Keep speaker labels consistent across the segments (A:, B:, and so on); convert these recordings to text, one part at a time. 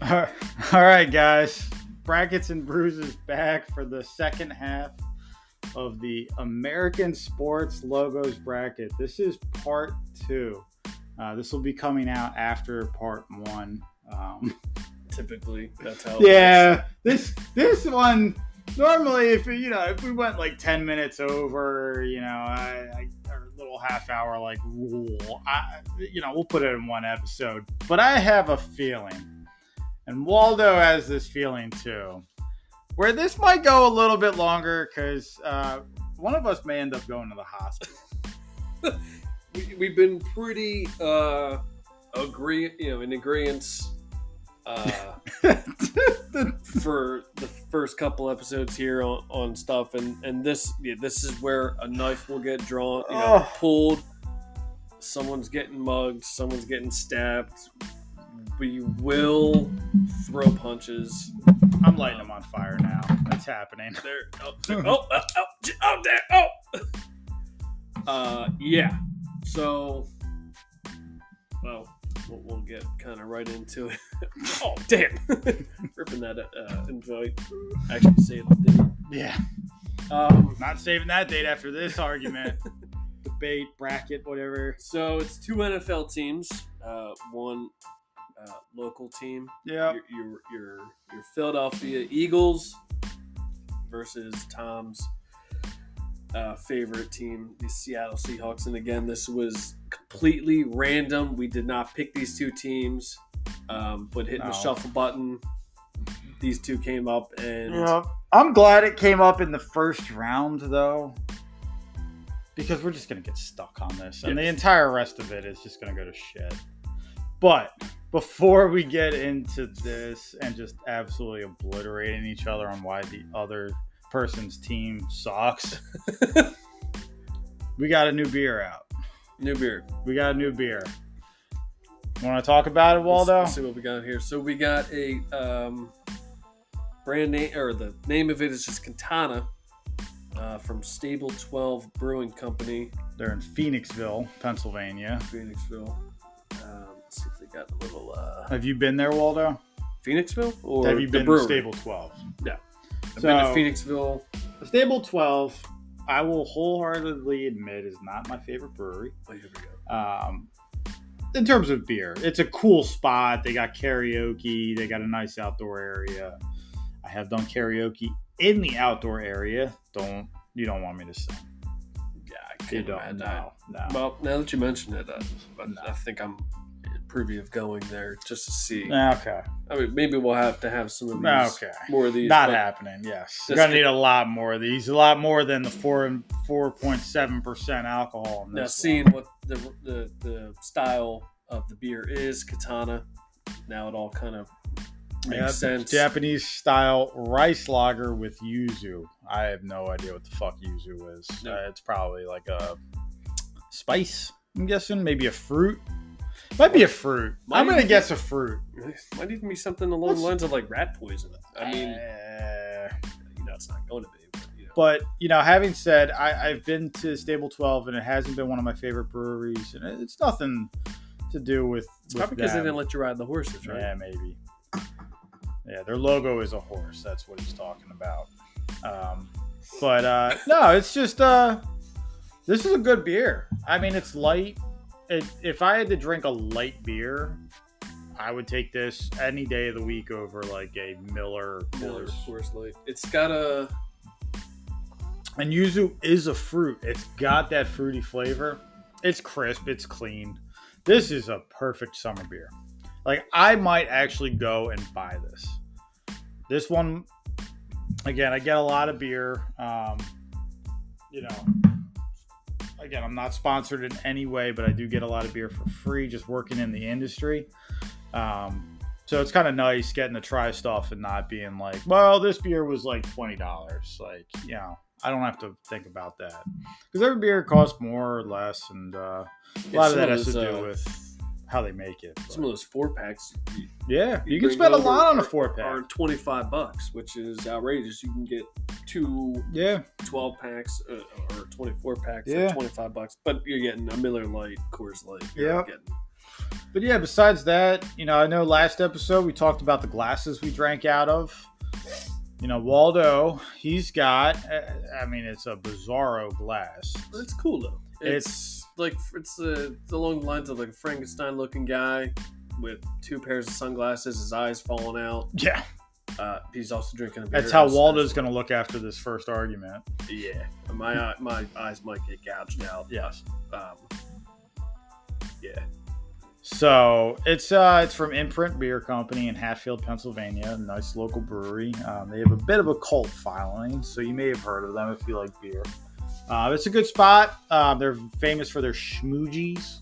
A: All right, guys. Brackets and Bruises back for the second half of the American Sports Logos bracket. This is part two. Uh, this will be coming out after part one. Um,
B: Typically, that's how. it works.
A: yeah, this this one normally, if you know, if we went like ten minutes over, you know, I, I or a little half hour like rule, I, you know, we'll put it in one episode. But I have a feeling, and Waldo has this feeling too, where this might go a little bit longer because uh, one of us may end up going to the hospital.
B: We, we've been pretty uh, agree, you know, in agreement uh, for the first couple episodes here on, on stuff, and and this yeah, this is where a knife will get drawn, you know,
A: Oh.
B: pulled. Someone's getting mugged. Someone's getting stabbed. We will throw punches.
A: I'm lighting them on fire now. That's happening.
B: There. Oh, there, oh, oh, oh, j- oh, there. Oh. Uh, yeah. So, well, we'll, we'll get kind of right into it. oh, damn. Ripping that uh, invite. Actually, saved it. didn't
A: Yeah.
B: I? Um,
A: Not saving that date after this argument. Debate, bracket, whatever.
B: so it's two NFL teams. Uh, one uh, local team.
A: Yeah.
B: Your, your your your Philadelphia Eagles versus Tom's uh, favorite team, the Seattle Seahawks. And again, this was completely random. We did not pick these two teams, um, but hitting
A: No.
B: the shuffle button, these two came up, and
A: I'm glad it came up in the first round, though, because we're just going to get stuck on this. And the
B: Yes.
A: entire rest of it is just going to go to shit. But before we get into this and just absolutely obliterating each other on why the other person's team sucks, we got a new beer out.
B: new beer.
A: We got a new beer. Want to talk about it,
B: Let's-
A: Waldo?
B: let's see what we got here. So we got a um, brand name, or the name of it is just Cantana uh, from Stable 12 Brewing Company.
A: They're in Phoenixville, Pennsylvania.
B: Phoenixville. Um, let's see if they got a little uh,
A: Have you been there, Waldo?
B: Phoenixville or
A: Have you
B: the
A: been to
B: brewery?
A: Stable 12?
B: I've been to
A: So-
B: Phoenixville.
A: Stable 12, I will wholeheartedly admit, is not my favorite brewery.
B: Oh, here we go.
A: Um, in terms of beer, it's a cool spot. They got karaoke, they got a nice outdoor area. I have done karaoke in the outdoor area. Don't you don't want me to sing?
B: Yeah, I can't
A: You don't.
B: imagine.
A: No, no.
B: Well, now that you mention it, I, I- I think I'm privy of going there just to see.
A: Okay.
B: I mean, maybe we'll have to have some of these,
A: Okay.
B: more of these.
A: Not
B: but-
A: happening. Yes, you're
B: This
A: gonna need a lot more of these. A lot more than the four and four point seven percent alcohol. In
B: Now,
A: this
B: seeing
A: one.
B: what the, the the style of the beer is, Katana. Now it all kind of makes
A: Yep,
B: sense.
A: Japanese style rice lager with yuzu. I have no idea what the fuck yuzu is.
B: No.
A: Uh, it's probably like a spice. I'm guessing maybe a fruit. Might be a fruit. I'm
B: Might
A: gonna
B: be-
A: guess a fruit.
B: Might even be something along the lines of like rat poison. I mean,
A: Uh,
B: you know, it's not going to be. But, you know.
A: But you know, having said, I, I've been to Stable Twelve, and it hasn't been one of my favorite breweries, and it- it's nothing to do with.
B: It's
A: with
B: probably because they
A: them.
B: didn't let you ride the horses, right?
A: Yeah, maybe. Yeah, their logo is a horse. That's what he's talking about. Um, but uh, no, it's just uh, this is a good beer. I mean, it's light. It, if I had to drink a light beer, I would take this any day of the week over like a Miller. Or
B: Miller
A: Coors.
B: Coors Light. It's got a
A: And yuzu is a fruit. It's got that fruity flavor. It's crisp. It's clean. This is a perfect summer beer. Like I might actually go and buy this. This one, again, I get a lot of beer. Um, you know, again, I'm not sponsored in any way, but I do get a lot of beer for free just working in the industry. Um, so it's kind of nice getting to try stuff and not being like, well, this beer was like twenty dollars. Like, you know, I don't have to think about that because every beer costs more or less, and uh, a lot of that has to do with how they make it. but-
B: uh, some of those four packs
A: yeah,
B: you
A: you can
B: bring
A: spend a
B: over
A: lot on a
B: or-
A: four pack.
B: are twenty five bucks, which is outrageous. You can get two
A: Yeah,
B: 12 packs uh, or twenty four packs
A: Yeah.
B: for twenty five bucks, but you're getting a Miller Light, Coors Light.
A: Yep.
B: You're getting
A: But yeah, besides that, you know, I know last episode we talked about the glasses we drank out of. You know, Waldo, he's got, uh, I mean, it's a bizarro glass.
B: But it's cool though. It's, like it's, uh it's along the lines of like a Frankenstein looking guy with two pairs of sunglasses, his eyes falling out.
A: Yeah,
B: Uh, he's also drinking a beer.
A: that's how
B: That's-
A: Waldo's going to look after this first argument.
B: that's- Yeah, my eye- my eyes might get gouged out.
A: Yes.
B: Um, yeah,
A: So it's uh, it's from Imprint Beer Company in Hatfield, Pennsylvania. A nice local brewery. Um, they have a bit of a cult following, so you may have heard of them if you like beer. Uh, it's a good spot. Uh, they're famous for their schmoogies.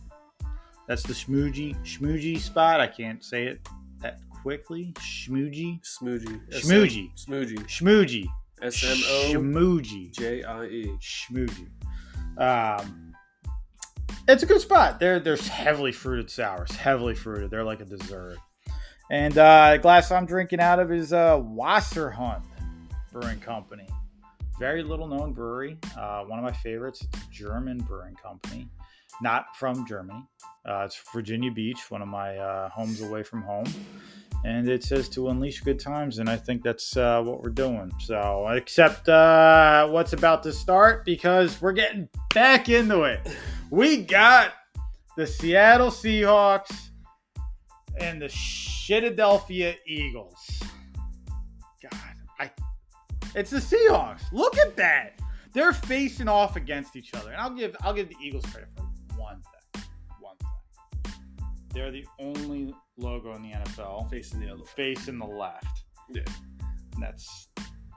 A: That's the schmoogie schmoogie spot. I can't say it that quickly. Schmoogie
B: smoogie.
A: Smoogie.
B: Smoogie.
A: schmoogie
B: S M O
A: schmoogie
B: J I E.
A: schmoozy. Um, it's a good spot. They're they're heavily fruited sours, heavily fruited. They're like a dessert. And uh, the glass I'm drinking out of is uh, Wasserhund Brewing Company. Very little known brewery. Uh, one of my favorites. It's a German brewing company, not from Germany. Uh, it's Virginia Beach, one of my uh, homes away from home. And it says to unleash good times, and I think that's uh, what we're doing. So, except uh, what's about to start because we're getting back into it. We got the Seattle Seahawks and the Philadelphia Eagles. God, I it's the Seahawks. Look at that. They're facing off against each other. And I'll give I'll give the Eagles credit for one thing. One thing. They're the only logo in the NFL
B: Facing the other.
A: facing the left.
B: Yeah.
A: And that's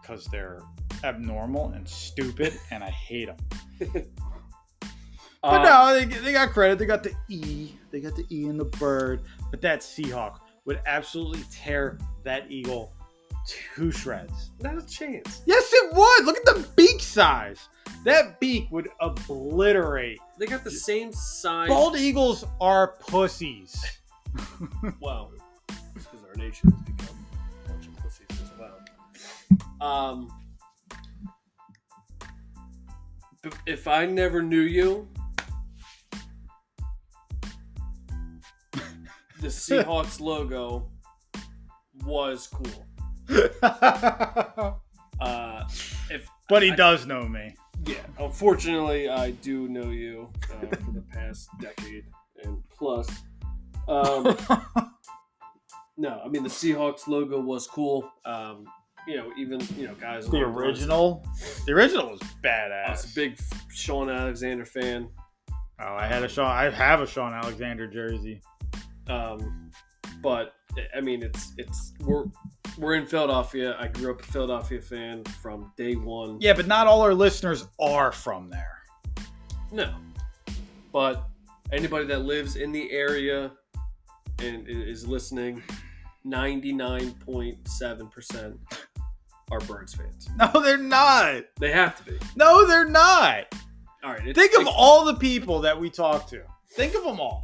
A: because they're abnormal and stupid, and I hate them. But
B: Uh,
A: no, they, they got credit. They got the E. They got the E in the bird. But that Seahawk would absolutely tear that eagle to shreds.
B: Not a chance.
A: Yes, it would. Look at the beak size. That beak would obliterate.
B: They got the same size.
A: Bald eagles are pussies.
B: Wow. Because our nation has become a bunch of pussies as well. Um, b- if I never knew you, the Seahawks logo was cool.
A: but
B: Uh, if
A: he does know me.
B: yeah, unfortunately, I do know you uh, for the past decade and plus. Um, No, I mean the Seahawks logo was cool. Um, you know, even you know guys.
A: the original, the original was badass.
B: I was a big Sean Alexander fan.
A: Oh, I had a Sean. I have a Sean Alexander jersey.
B: Um, but I mean, it's it's we're we're in Philadelphia. I grew up a Philadelphia fan from day one.
A: Yeah, but not all our listeners are from there.
B: No, but anybody that lives in the area and i- is listening, ninety nine point seven percent are Birds fans.
A: No, they're not.
B: They have to be.
A: No, they're not.
B: All right, it's-
A: Think of all the people that we talk to. Think of them all.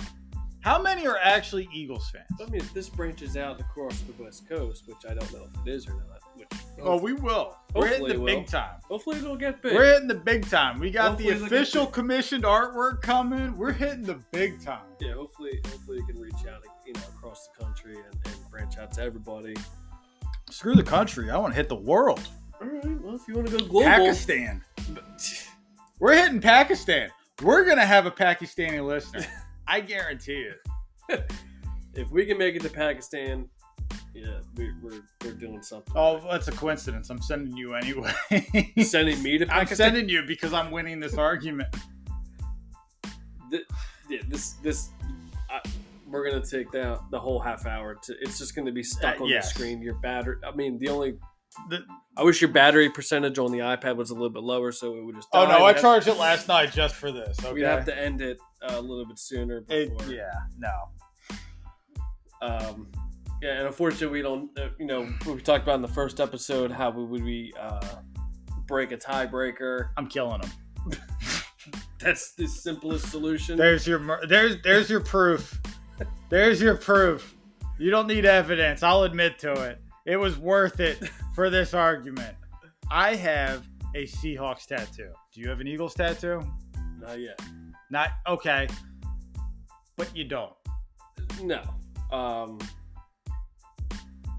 A: How many are actually Eagles
B: I
A: fans?
B: mean, if this branches out across the West Coast, which I don't know if it is or not, which
A: Oh, we will. We're hitting
B: Hopefully
A: the
B: we'll.
A: big time.
B: hopefully it'll get big.
A: We're hitting the big time. We got
B: Hopefully
A: the
B: they'll get
A: official
B: big.
A: commissioned artwork coming. We're hitting the big time.
B: yeah, hopefully, hopefully it can reach out, you know, across the country and, and branch out to everybody.
A: Screw the country. I want to hit the world.
B: All right, well, if you want to go global,
A: Pakistan. We're hitting Pakistan. We're gonna have a Pakistani listener. I guarantee it.
B: if we can make it to Pakistan, yeah, we, we're we're doing something.
A: Oh, that's a coincidence. I'm sending you anyway.
B: Sending me to
A: I'm
B: Pakistan.
A: sending you because I'm winning this argument.
B: Th- yeah, this this. I, we're gonna take that the whole half hour to. It's just gonna be stuck
A: Uh,
B: on
A: yes.
B: the screen. Your battery. I mean, the only
A: The-
B: I wish your battery percentage on the iPad was a little bit lower, so it would just.
A: oh
B: die.
A: no,
B: We'd
A: I
B: have-
A: charged it last night just for this. Okay.
B: We'd have to end it uh, a little bit sooner.
A: It-
B: Before,
A: yeah, no.
B: Um, yeah, and unfortunately, we don't. Uh, you know, we talked about in the first episode how we would we uh, break a tiebreaker.
A: I'm killing them.
B: That's the simplest solution.
A: There's your mer- there's there's your proof. There's your proof. You don't need evidence. I'll admit to it. It was worth it for this argument. I have a Seahawks tattoo. Do you have an Eagles tattoo?
B: Not yet.
A: Not okay. But you don't.
B: No. Um,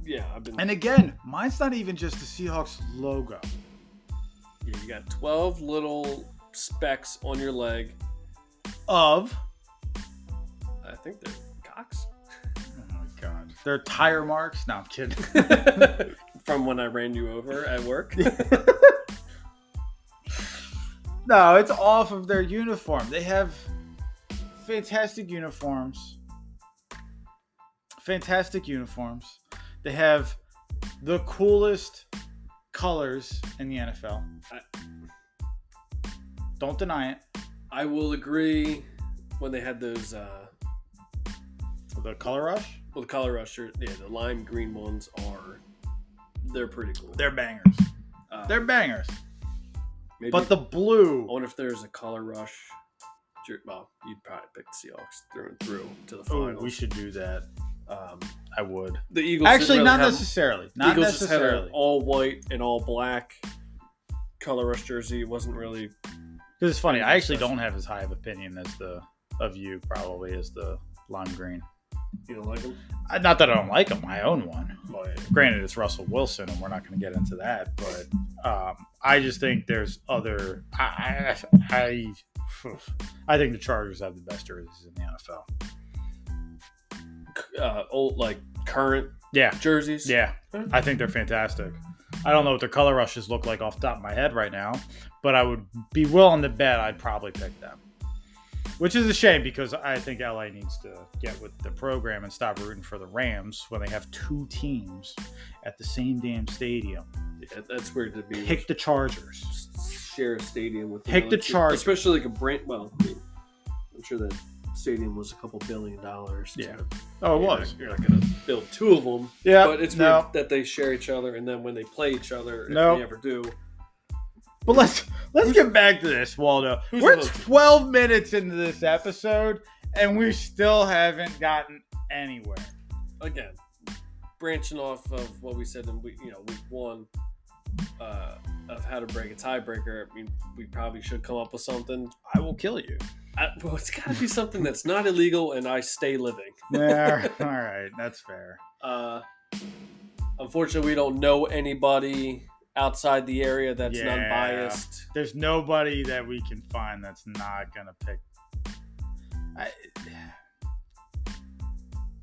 B: yeah, I've been.
A: And again, mine's not even just the Seahawks logo.
B: yeah, you got 12 little specks on your leg.
A: Of
B: I think they're cocks.
A: oh my god, they're tire marks. No, I'm kidding.
B: From when I ran you over at work.
A: No, it's off of their uniform. They have fantastic uniforms. Fantastic uniforms. They have the coolest colors in the NFL. Don't deny it.
B: I will agree when they had those, uh,
A: The color rush,
B: well, the color rush shirt, yeah, the lime green ones are, they're pretty cool.
A: they're bangers.
B: uh,
A: They're bangers.
B: maybe,
A: But the
B: I
A: blue,
B: wonder if there's a color rush. jer- Well, you'd probably pick the Seahawks through and through to the
A: oh,
B: finals.
A: we should do that.
B: um,
A: I would.
B: the Eagles didn't
A: Actually,
B: really
A: not
B: have-
A: necessarily. Not
B: Eagles just had an
A: necessarily.
B: all white and all black color rush jersey. It wasn't really
A: Because it's funny, I actually
B: Special.
A: don't have as high of opinion as the of you probably as the lime green.
B: you know like them.
A: I- Not that I don't like them, I own one.
B: Oh, yeah.
A: Granted, it's Russell Wilson, and we're not going to get into that, but um, I just think there's other. I, I, I, I think the Chargers have the best jerseys in the NFL.
B: uh, old like current
A: Yeah,
B: jerseys.
A: yeah, I think they're fantastic. I don't know what their color rushes look like off the top of my head right now, but I would be willing to bet I'd probably pick them. Which is a shame because I think LA needs to get with the program and stop rooting for the Rams when they have two teams at the same damn stadium.
B: Yeah, that's weird to be
A: Pick the Chargers.
B: share a stadium with
A: Pick the
B: another team.
A: Chargers.
B: especially like a brand. Well, I mean, I'm sure that stadium was a couple billion dollars.
A: Yeah. Oh, it
B: You're
A: was.
B: not- You're not gonna build two of them,
A: Yeah,
B: but it's
A: no.
B: weird that they share each other, and then when they play each other, if
A: No.
B: they ever do,
A: But let's let's get back to this, Waldo.
B: Who's
A: We're
B: the most-
A: 12 minutes into this episode, and we still haven't gotten anywhere.
B: again, branching off of what we said in week, you know, week one uh, of how to break a tiebreaker. I mean, we probably should come up with something.
A: I will kill you.
B: I, well, it's got to be something that's not illegal, and I stay living.
A: Yeah, all right, that's fair.
B: Uh, unfortunately, we don't know anybody outside the area that's
A: Yeah.
B: non-biased.
A: There's nobody that we can find that's not gonna pick. I,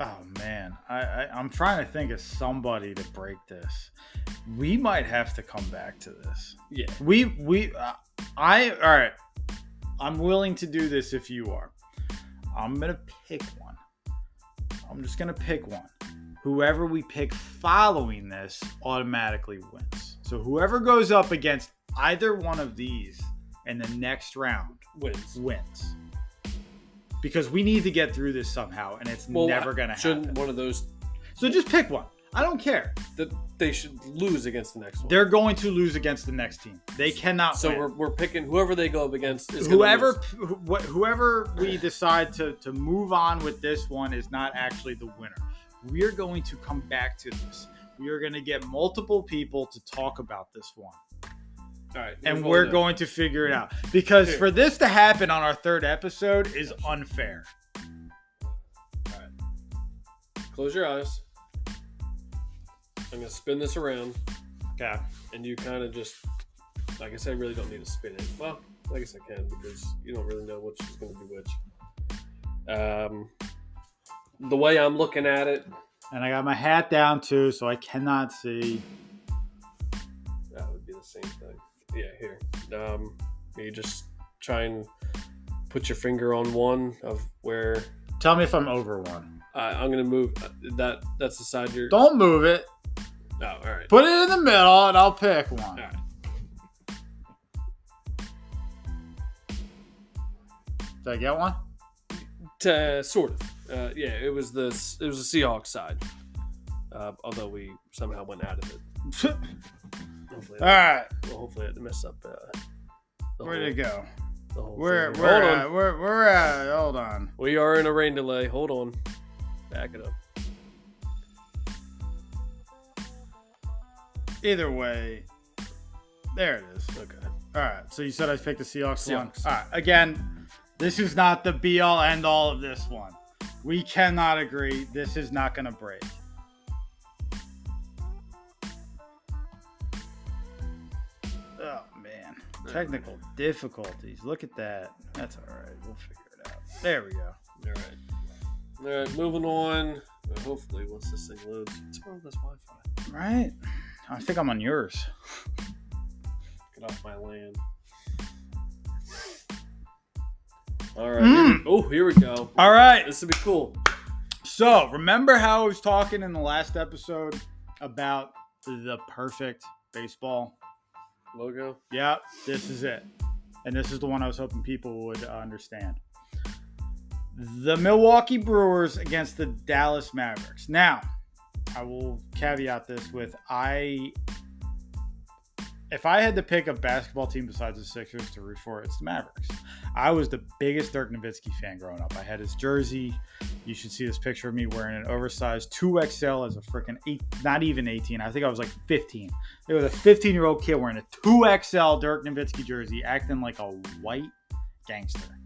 A: oh man, I, I I'm trying to think of somebody to break this. We might have to come back to this.
B: Yeah.
A: We we uh, I all right. I'm willing to do this if you are. I'm gonna pick one. I'm just gonna pick one. Whoever we pick following this automatically wins. So whoever goes up against either one of these in the next round
B: Wins.
A: wins. Because we need to get through this somehow, and it's
B: Well,
A: never gonna
B: Shouldn't
A: happen.
B: one of those
A: So just pick one. I don't care.
B: that they should lose against the next one?
A: They're going to lose against the next team. They cannot.
B: so
A: win.
B: we're, we're picking whoever they go up against is gonna
A: whoever
B: lose.
A: wh- whoever we decide to to move on with this one is not actually the winner. We're going to come back to this. We are going to get multiple people to talk about this one,
B: All right, here's
A: and
B: what
A: we're
B: we'll do.
A: going to figure it out because
B: Here.
A: for this to happen on our third episode is unfair.
B: Close your eyes. I'm gonna spin this around,
A: Okay.
B: and you kind of just, like I said, really don't need to spin it. Well, I guess I can because you don't really know which is gonna be which. Um, the way I'm looking at it,
A: And I got my hat down too, so I cannot see.
B: that would be the same thing. Yeah, here. Um, you just try and put your finger on one of where
A: Tell me if I'm over one.
B: uh, I'm gonna move. Uh, that that's the side you're.
A: Don't move it.
B: Oh, all right.
A: Put it in the middle, and I'll pick one.
B: All right.
A: Did I get one?
B: to sort of. Uh, yeah, it was the it was the Seahawks side. Uh, although we somehow went out of it.
A: All
B: Hopefully,
A: right.
B: well, hopefully, I didn't mess up. Uh, the
A: Where'd it go?
B: the whole
A: We're
B: thing.
A: we're
B: Hold
A: uh,
B: on.
A: we're we're uh, hold on.
B: We are in a rain delay. Hold on. Back it up.
A: Either way, there it is.
B: Okay.
A: All right. So you said I picked the Seahawks, one.
B: Seahawks.
A: All right. Again, This is not the be all end all of this one. We cannot agree. This is not going to break. Oh, man. Technical difficulties. Look at that. That's all right. We'll figure it out. There we go.
B: All right. All right, moving on. Uh, hopefully, once this thing loads, it's all this Wi Fi.
A: Right? I think I'm on yours.
B: Get off my land. All right.
A: Mm.
B: here we- oh, here we go.
A: All right.
B: This would be cool.
A: So, remember how I was talking in the last episode about the perfect baseball?
B: Logo.
A: Yeah, this is it. And this is the one I was hoping people would uh, understand. The Milwaukee Brewers against the Dallas Mavericks. Now, I will caveat this with I if I had to pick a basketball team besides the Sixers to root for, it's the Mavericks. I was the biggest Dirk Nowitzki fan growing up. I had his jersey. You should see this picture of me wearing an oversized 2XL as a freaking eight, not even 18. I think I was like 15. There was a 15 year old kid wearing a 2XL Dirk Nowitzki jersey, acting like a white gangster,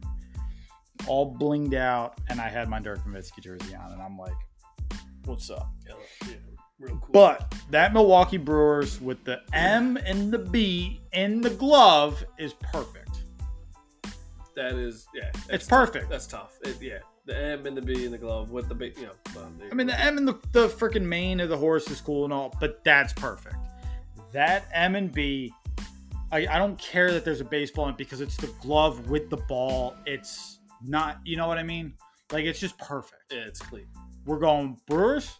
A: all blinged out. And I had my Dirk Nowitzki jersey on, and I'm like, what's up?
B: Yeah, yeah, real cool.
A: But that Milwaukee Brewers with the M and the B in the glove is perfect.
B: that is, yeah. that's
A: It's
B: tough.
A: perfect.
B: That's tough. It, yeah. The M and the B in the glove with the big, you know. Um, there
A: I mean,
B: you
A: the M and the, the freaking mane of the horse is cool and all, but that's perfect. That M and B, I, I don't care that there's a baseball in it because it's the glove with the ball. It's not, you know what I mean? Like, it's just perfect.
B: go. yeah, it's clean.
A: We're going Brewers.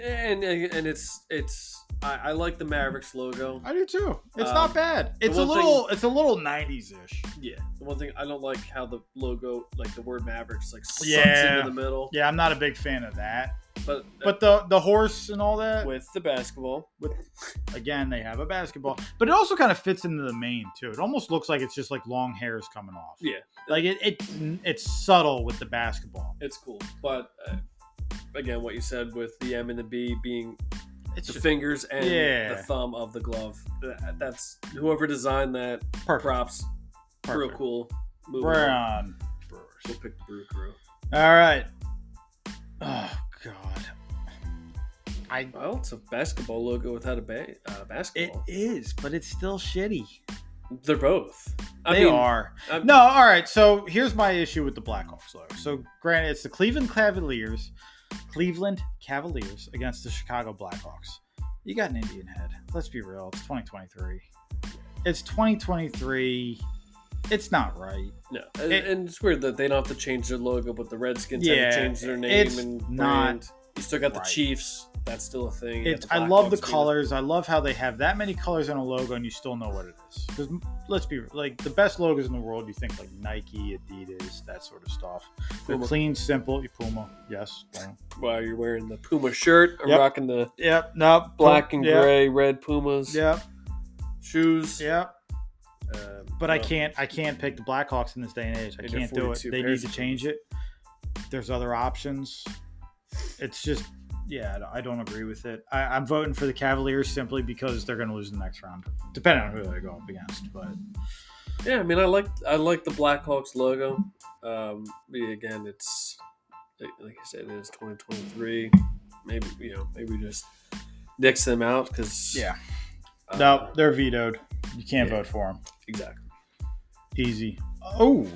B: And and and it's it's. I, I like the Mavericks logo.
A: I do too. It's
B: Um,
A: not bad. It's a
B: one
A: little, it's a little 90s ish.
B: Yeah. The one thing I don't like how the logo, like the word Mavericks, like sucks
A: Yeah.
B: into the middle.
A: Yeah, I'm not a big fan of that.
B: But uh,
A: But the the horse and all that.
B: with the basketball, with
A: again they have a basketball but it also kind of fits into the main too it almost looks like it's just like long hairs coming off
B: Yeah.
A: like it, it it's subtle with the basketball
B: it's cool. But uh, again, what you said with the M and the B being
A: it's
B: the
A: just
B: fingers and
A: Yeah.
B: the thumb of the glove. That- That's whoever designed that.
A: perfect,
B: Props, real
A: perfect.
B: cool. Moving on.
A: brown brewers
B: We'll pick the brew crew.
A: all right oh god i
B: Well, it's a basketball logo without a ba- uh,
A: it
B: basketball.
A: is but it's still shitty
B: They're both. I
A: they
B: mean,
A: are
B: I'm-
A: No, all right. So here's my issue with the Blackhawks, though. So granted, it's the Cleveland Cavaliers, Cleveland Cavaliers against the Chicago Blackhawks. You got an Indian head. Let's be real. It's 2023. It's 2023. It's not right.
B: No, and,
A: It-
B: and it's weird that they don't have to change their logo, but the Redskins
A: Yeah,
B: have to change their name
A: it's
B: and
A: not
B: brand. You still got
A: right.
B: the Chiefs. That's still a thing. You got
A: It's, I love
B: Blackhawks
A: the
B: being-
A: colors. I love how they have that many colors on a logo, and you still know what it is. Because let's be like the best logos in the world. You think like Nike, Adidas, that sort of stuff. They're
B: Puma.
A: clean, simple. Puma, yes. Puma.
B: Wow, you're wearing the Puma shirt. I'm
A: Yep.
B: rocking the
A: Yep. No.
B: black and
A: yep,
B: gray, red Pumas
A: Yep.
B: shoes.
A: Yep.
B: Uh,
A: But I
B: well,
A: can't. I can't pick the Blackhawks in this day and age. I
B: And they're
A: can't do it.
B: 42
A: They need
B: pairs
A: to
B: of
A: change it. There's other options. It's just, yeah, I don't- I don't agree with it. I, I'm voting for the Cavaliers simply because they're going to lose the next round, depending on who they go up against. But
B: Yeah, I mean, I like I like the Blackhawks logo. Um, but again, it's like like I said, it is 2023. Maybe you know, maybe just nix them out because
A: Yeah. no, they're vetoed. You can't
B: yeah.
A: vote for them.
B: exactly.
A: Easy. Oh,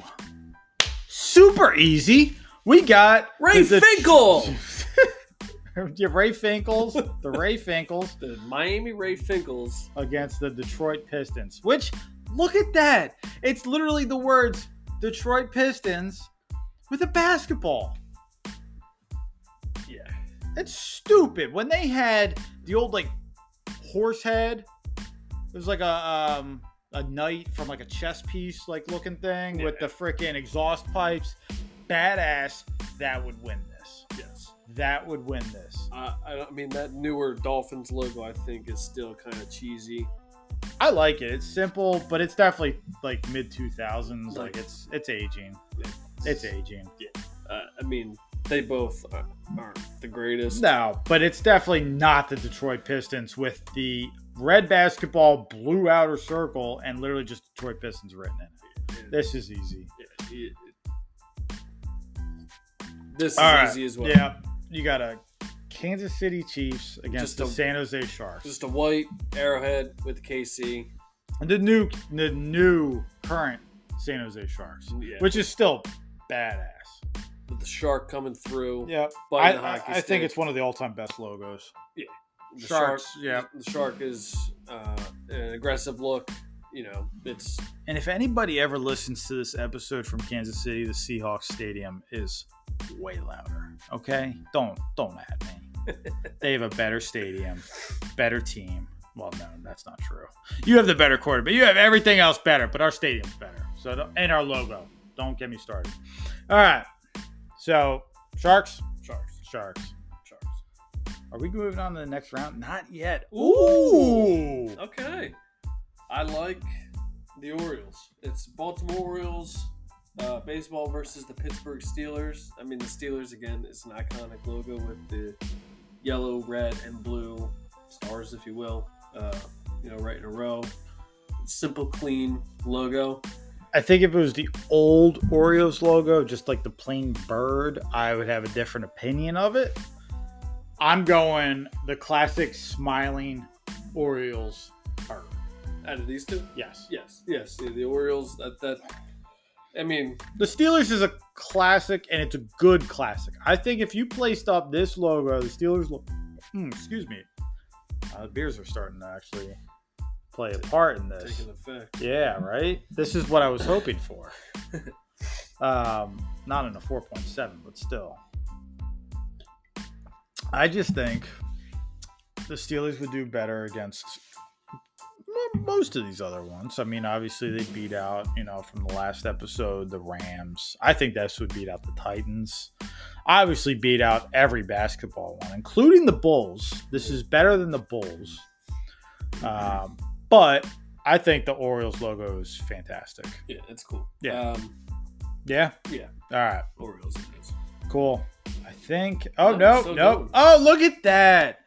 A: super easy. We got
B: Ray
A: the-
B: Finkel,
A: Yeah, Ray Finkels, the Ray Finkels
B: the Miami Ray Finkels.
A: against the Detroit Pistons. Which, look at that! It's literally the words Detroit Pistons with a basketball.
B: Yeah,
A: It's stupid. When they had the old like horse head, it was like a um a knight from like a chess piece like looking thing with the
B: Yeah.
A: freaking exhaust pipes. Badass. That would win this.
B: yes.
A: That would win this.
B: Uh, I, don't- I mean, that newer Dolphins logo, I think, is still kind of cheesy.
A: I like it. It's simple, but it's definitely like mid two thousands. Like it's it's aging. It's aging.
B: Uh, I mean, they both are, aren't the greatest.
A: No, but it's definitely not the Detroit Pistons with the red basketball, blue outer circle, and literally just Detroit Pistons written in it.
B: Yeah,
A: This is easy.
B: it- this is
A: All right.
B: easy as well.
A: Yeah, you got a Kansas City Chiefs against
B: Just
A: the
B: a-
A: San Jose Sharks.
B: Just a white arrowhead with the KC.
A: And the new, the new current San Jose Sharks,
B: Yeah.
A: which is still badass.
B: With the shark coming through.
A: Yep. I,
B: biting the
A: I- I
B: hockey stick.
A: think it's one of the all-time best logos.
B: The
A: Sharks, yeah.
B: The shark is uh, an aggressive look. You know, it's
A: And if anybody ever listens to this episode from Kansas City, the Seahawks stadium is way louder. Okay, don't don't at me. they have a better stadium, better team. Well, no, that's not true. You have the better quarterback. You have everything else better, but our stadium's better. So don't- and our logo. Don't get me started. All right. So sharks,
B: sharks.
A: sharks.
B: Sharks.
A: Are we moving on to the next round? Not yet.
B: Ooh.
A: Ooh.
B: Okay. I like the Orioles. It's Baltimore Orioles uh, baseball versus the Pittsburgh Steelers. I mean, the Steelers again is an iconic logo with the yellow, red, and blue stars, if you will. Uh, you know, right in a row. Simple, clean logo.
A: I think if it was the old Oreos logo, just like the plain bird, I would have a different opinion of it. I'm going the classic smiling Orioles bird.
B: Out of these two,
A: Yes.
B: yes, yes, yeah, the Orioles. That that. I mean,
A: The Steelers is a classic and it's a good classic. I think if you placed up this logo, the Steelers lo- Hmm, excuse me. Uh, the beers are starting to actually play a part in this.
B: taking effect.
A: Yeah, right. This is what I was hoping for. Um, not in a four point seven, but still. I just think the Steelers would do better against mo- most of these other ones. I mean, obviously they beat out, you know, from the last episode, the Rams. I think this would beat out the Titans. Obviously, beat out every basketball one, including the Bulls. This is better than the Bulls. Um, but I think the Orioles logo is fantastic.
B: Yeah, it's cool.
A: Yeah.
B: um,
A: Yeah.
B: Yeah.
A: All right.
B: Orioles. It is.
A: Cool. I think. Oh
B: That
A: no,
B: was so
A: no.
B: good.
A: Oh, look at that.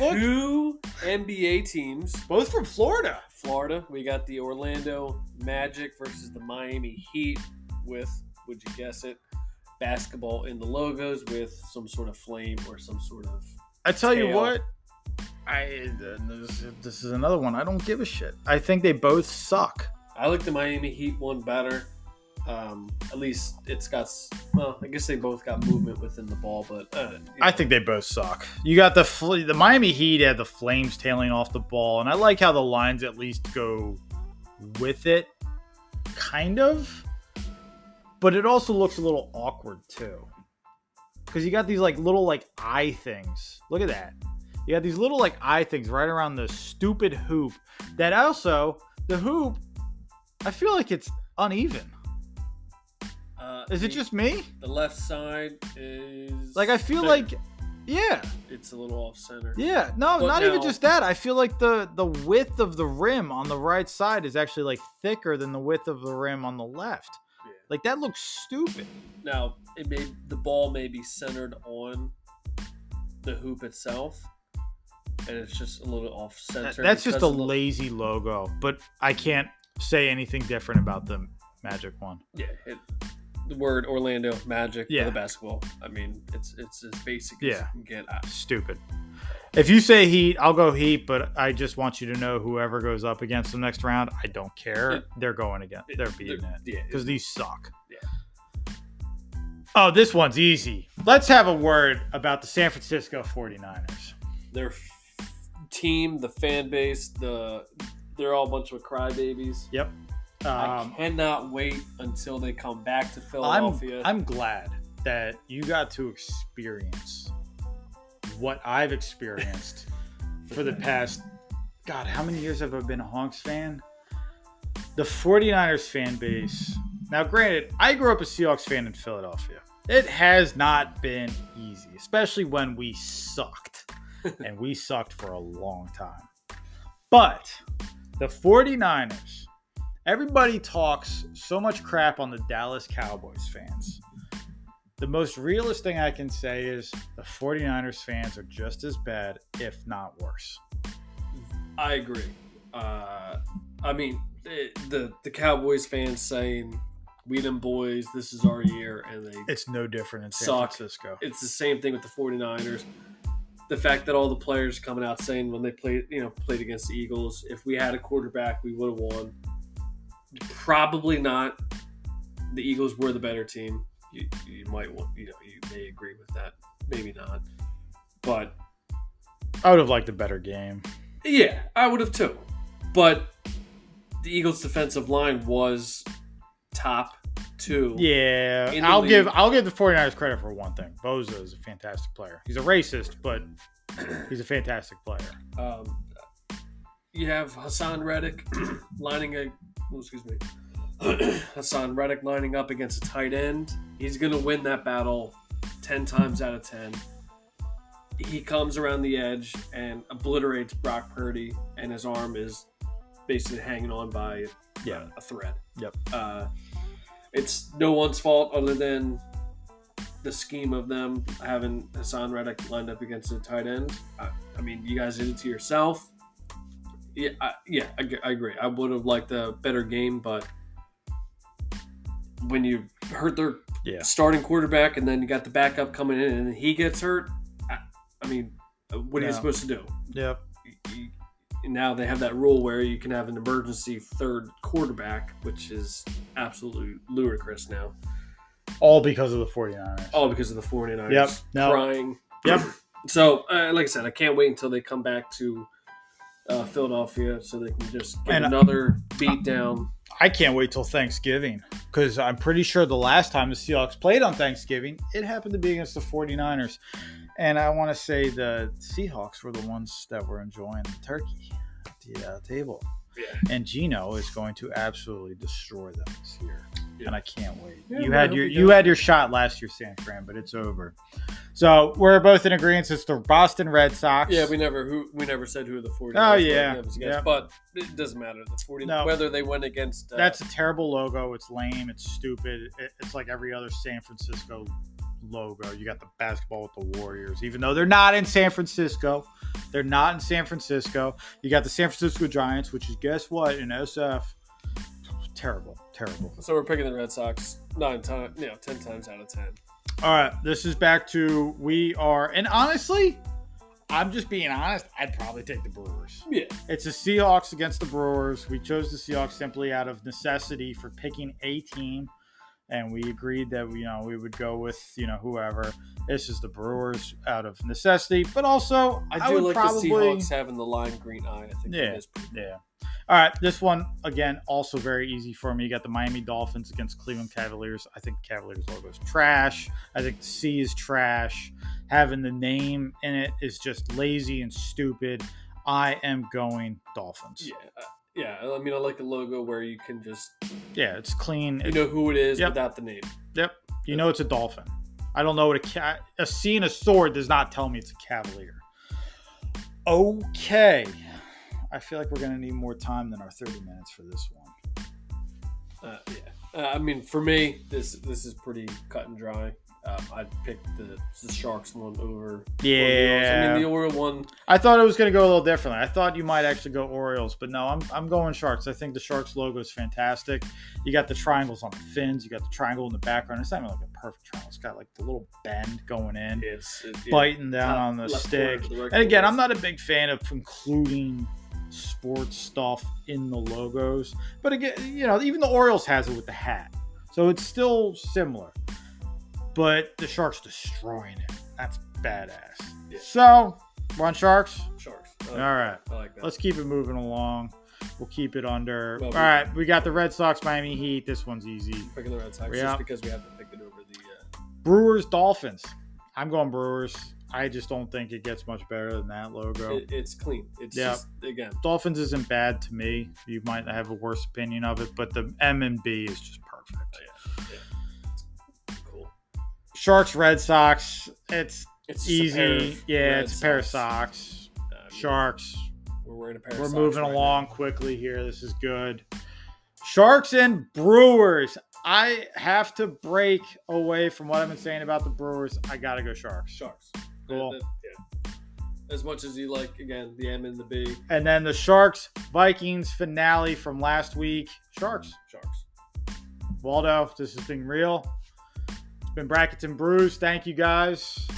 A: Look.
B: Two NBA teams
A: Both from Florida.
B: Florida. We got the Orlando Magic versus the Miami Heat with, would you guess it, basketball in the logos with some sort of flame or some sort of.
A: I tell you
B: Tail.
A: what. I this, this is another one. I don't give a shit. I think they both suck.
B: I like the Miami Heat one better. Um, at least it's got. s- Well, I guess they both got movement within the ball, but uh, you
A: I
B: know,
A: think they both suck. You got the fl- the Miami Heat had the flames tailing off the ball, and I like how the lines at least go with it, kind of. But it also looks a little awkward too, because you got these like little like eye things. Look at that. You got these little like eye things right around the stupid hoop. That also the hoop, I feel like it's uneven.
B: uh,
A: Is it
B: the-
A: just me?
B: the left side is
A: Like I feel
B: bigger.
A: like, yeah.
B: it's a little off center.
A: Yeah, no,
B: But
A: not even
B: now-
A: just that. I feel like the the width of the rim on the right side is actually like thicker than the width of the rim on the left.
B: Yeah.
A: Like that looks stupid.
B: Now, it may the ball may be centered on the hoop itself, and it's just a little off
A: That-
B: center.
A: That's just a lazy logo, but I can't say anything different about the Magic one.
B: yeah. It, the word Orlando Magic for
A: Yeah.
B: the basketball. I mean, it's it's as basic as
A: Yeah.
B: you can get. I,
A: Stupid. If you say Heat, I'll go Heat, but I just want you to know whoever goes up against them next round, I don't care.
B: It-
A: they're going against. They're beating it.
B: Yeah, it-
A: because these suck.
B: Yeah.
A: Oh, this one's easy. Let's have a word about the San Francisco 49ers.
B: their f- team, the fan base, the they're all a bunch of crybabies. I
A: Um,
B: cannot wait until they come back to
A: I'm,
B: Philadelphia.
A: I'm glad that you got to experience what I've experienced for the past, God, how many years have I been a Honks fan? The 49ers fan base. Now, granted, I grew up a Seahawks fan in Philadelphia. It has not been easy, especially when we sucked. and we sucked for a long time. But the 49ers, everybody talks so much crap on the Dallas Cowboys fans. The most realist thing I can say is the 49ers fans are just as bad, if not worse.
B: I agree. Uh, I mean, the, the the Cowboys fans saying, "We them boys, this is our year," and they
A: It's no different in San
B: Suck.
A: Francisco.
B: it's the same thing with the 49ers. The fact that all the players are coming out saying when they played, you know, played against the Eagles, if we had a quarterback, we would have won. Probably not. The Eagles were the better team. You, you might want, you know, you may agree with that. Maybe not. But
A: I would have liked a better game.
B: yeah, I would have too. But the Eagles' defensive line was top two.
A: Yeah,
B: In the
A: I'll give
B: league.
A: I'll give the 49ers credit for one thing. Bozo is a fantastic player. He's a racist, but he's a fantastic player.
B: Um, you have Hassan Reddick lining a, oh, excuse me, Hassan Reddick lining up against a tight end. He's going to win that battle ten times out of ten. He comes around the edge and obliterates Brock Purdy, and his arm is basically hanging on by
A: Yeah.
B: a thread.
A: Yep.
B: Uh, it's no one's fault other than the scheme of them having Hassan Reddick lined up against a tight end. I, I mean, you guys did it to yourself. Yeah, I, yeah, I, g- I agree. I would have liked a better game, but when you hurt their
A: Yeah.
B: starting quarterback and then you got the backup coming in and he gets hurt, I, I mean, what are you
A: No.
B: supposed to do?
A: Yep.
B: you- now they have that rule where you can have an emergency third quarterback, which is absolutely ludicrous now.
A: All because of the 49ers.
B: All because of the 49ers
A: Yep, no.
B: crying.
A: Yep.
B: So, uh, like I said, I can't wait until they come back to uh, Philadelphia so they can just get
A: And- uh,
B: another beat down.
A: I can't wait till Thanksgiving because I'm pretty sure the last time the Seahawks played on Thanksgiving, it happened to be against the 49ers. And I want to say the Seahawks were the ones that were enjoying the turkey at the uh, table.
B: Yeah.
A: And Gino is going to absolutely destroy them this year.
B: Yeah.
A: And I can't wait.
B: Yeah,
A: you
B: well, I
A: had
B: hope
A: your
B: he
A: you
B: does.
A: had your shot last year, San Fran, but it's over. So we're both in agreement. It's the Boston Red Sox.
B: Yeah, we never who we never said who the 49ers
A: Oh,
B: were
A: yeah.
B: against,
A: Yeah.
B: but it doesn't matter. The 49
A: No.
B: whether they went against uh,
A: That's a terrible logo. It's lame. It's stupid. It- It's like every other San Francisco logo. You got the basketball with the Warriors, even though they're not in San Francisco. They're not in San Francisco. You got the San Francisco Giants, which is guess what in SF. Terrible, terrible.
B: so we're picking the Red Sox nine times, you know, ten times out of ten.
A: All right, this is back to we are, and honestly, I'm just being honest. I'd probably take the Brewers.
B: Yeah,
A: It's the Seahawks against the Brewers. We chose the Seahawks simply out of necessity for picking a team, and we agreed that you know we would go with you know whoever. This is the Brewers out of necessity, but also I,
B: I do
A: would
B: like
A: probably
B: the Seahawks having the lime green eye. I think that
A: Yeah.
B: is pretty-
A: yeah. All right, this one again also very easy for me. You got the Miami Dolphins against Cleveland Cavaliers. I think the Cavaliers logo is trash. I think the C is trash. Having the name in it is just lazy and stupid. I am going Dolphins.
B: yeah, uh, yeah. I mean, I like a logo where you can just
A: Yeah, it's clean.
B: you
A: It-
B: know who it is
A: Yep.
B: without the name.
A: yep. You know it's a dolphin. I don't know what a cat. A sea and a sword does not tell me it's a cavalier. Okay. I feel like we're going to need more time than our 30 minutes for this one.
B: Uh, yeah, uh, I mean, for me, this this is pretty cut and dry. Um, I'd pick the, the Sharks one over. Orioles. I mean, the Oriole one.
A: I thought it was going to go a little differently. I thought you might actually go Orioles, but no, I'm, I'm going Sharks. I think the Sharks logo is fantastic. You got the triangles on the fins, you got the triangle in the background. It's not even like a perfect triangle, it's got like the little bend going in,
B: It's it, yeah,
A: biting down
B: top
A: on the
B: left
A: stick.
B: corner to the right
A: And again,
B: corner.
A: I'm not a big fan of including sports stuff in the logos. But again, you know, even the Orioles has it with the hat. So it's still similar. But the Sharks destroying it. That's badass.
B: Yeah.
A: So, run Sharks.
B: Sharks.
A: All
B: I like,
A: right.
B: I like that.
A: Let's keep it moving along. We'll keep it under.
B: Well,
A: All
B: we-
A: right. We got the Red Sox, Miami Heat. This one's easy.
B: picking the Red Sox
A: Yeah.
B: just because we have to pick it over the. uh,
A: Brewers, Dolphins. I'm going Brewers. I just don't think it gets much better than that logo.
B: Uh, it, it's clean. It's
A: Yeah.
B: just again.
A: Dolphins isn't bad to me. You might have a worse opinion of it, but the M and B is just
B: Oh,
A: perfect.
B: Cool.
A: Sharks, Red Sox, it's
B: It's just a pair
A: easy.
B: of
A: Yeah,
B: Red
A: it's a pair of
B: Sox.
A: socks.
B: Uh, I mean,
A: Sharks.
B: We're wearing a pair. of
A: We're
B: socks
A: moving
B: right now.
A: along quickly here. This is good. Sharks and Brewers. I have to break away from what I've been saying about the Brewers. I gotta go Sharks.
B: Sharks.
A: Cool.
B: That- that- yeah. as much as you like. Again, the M and the B.
A: And then the Sharks Vikings finale from last week. Sharks.
B: Sharks.
A: Waldo, this has been real. It's been Brackets and Brews. Thank you guys.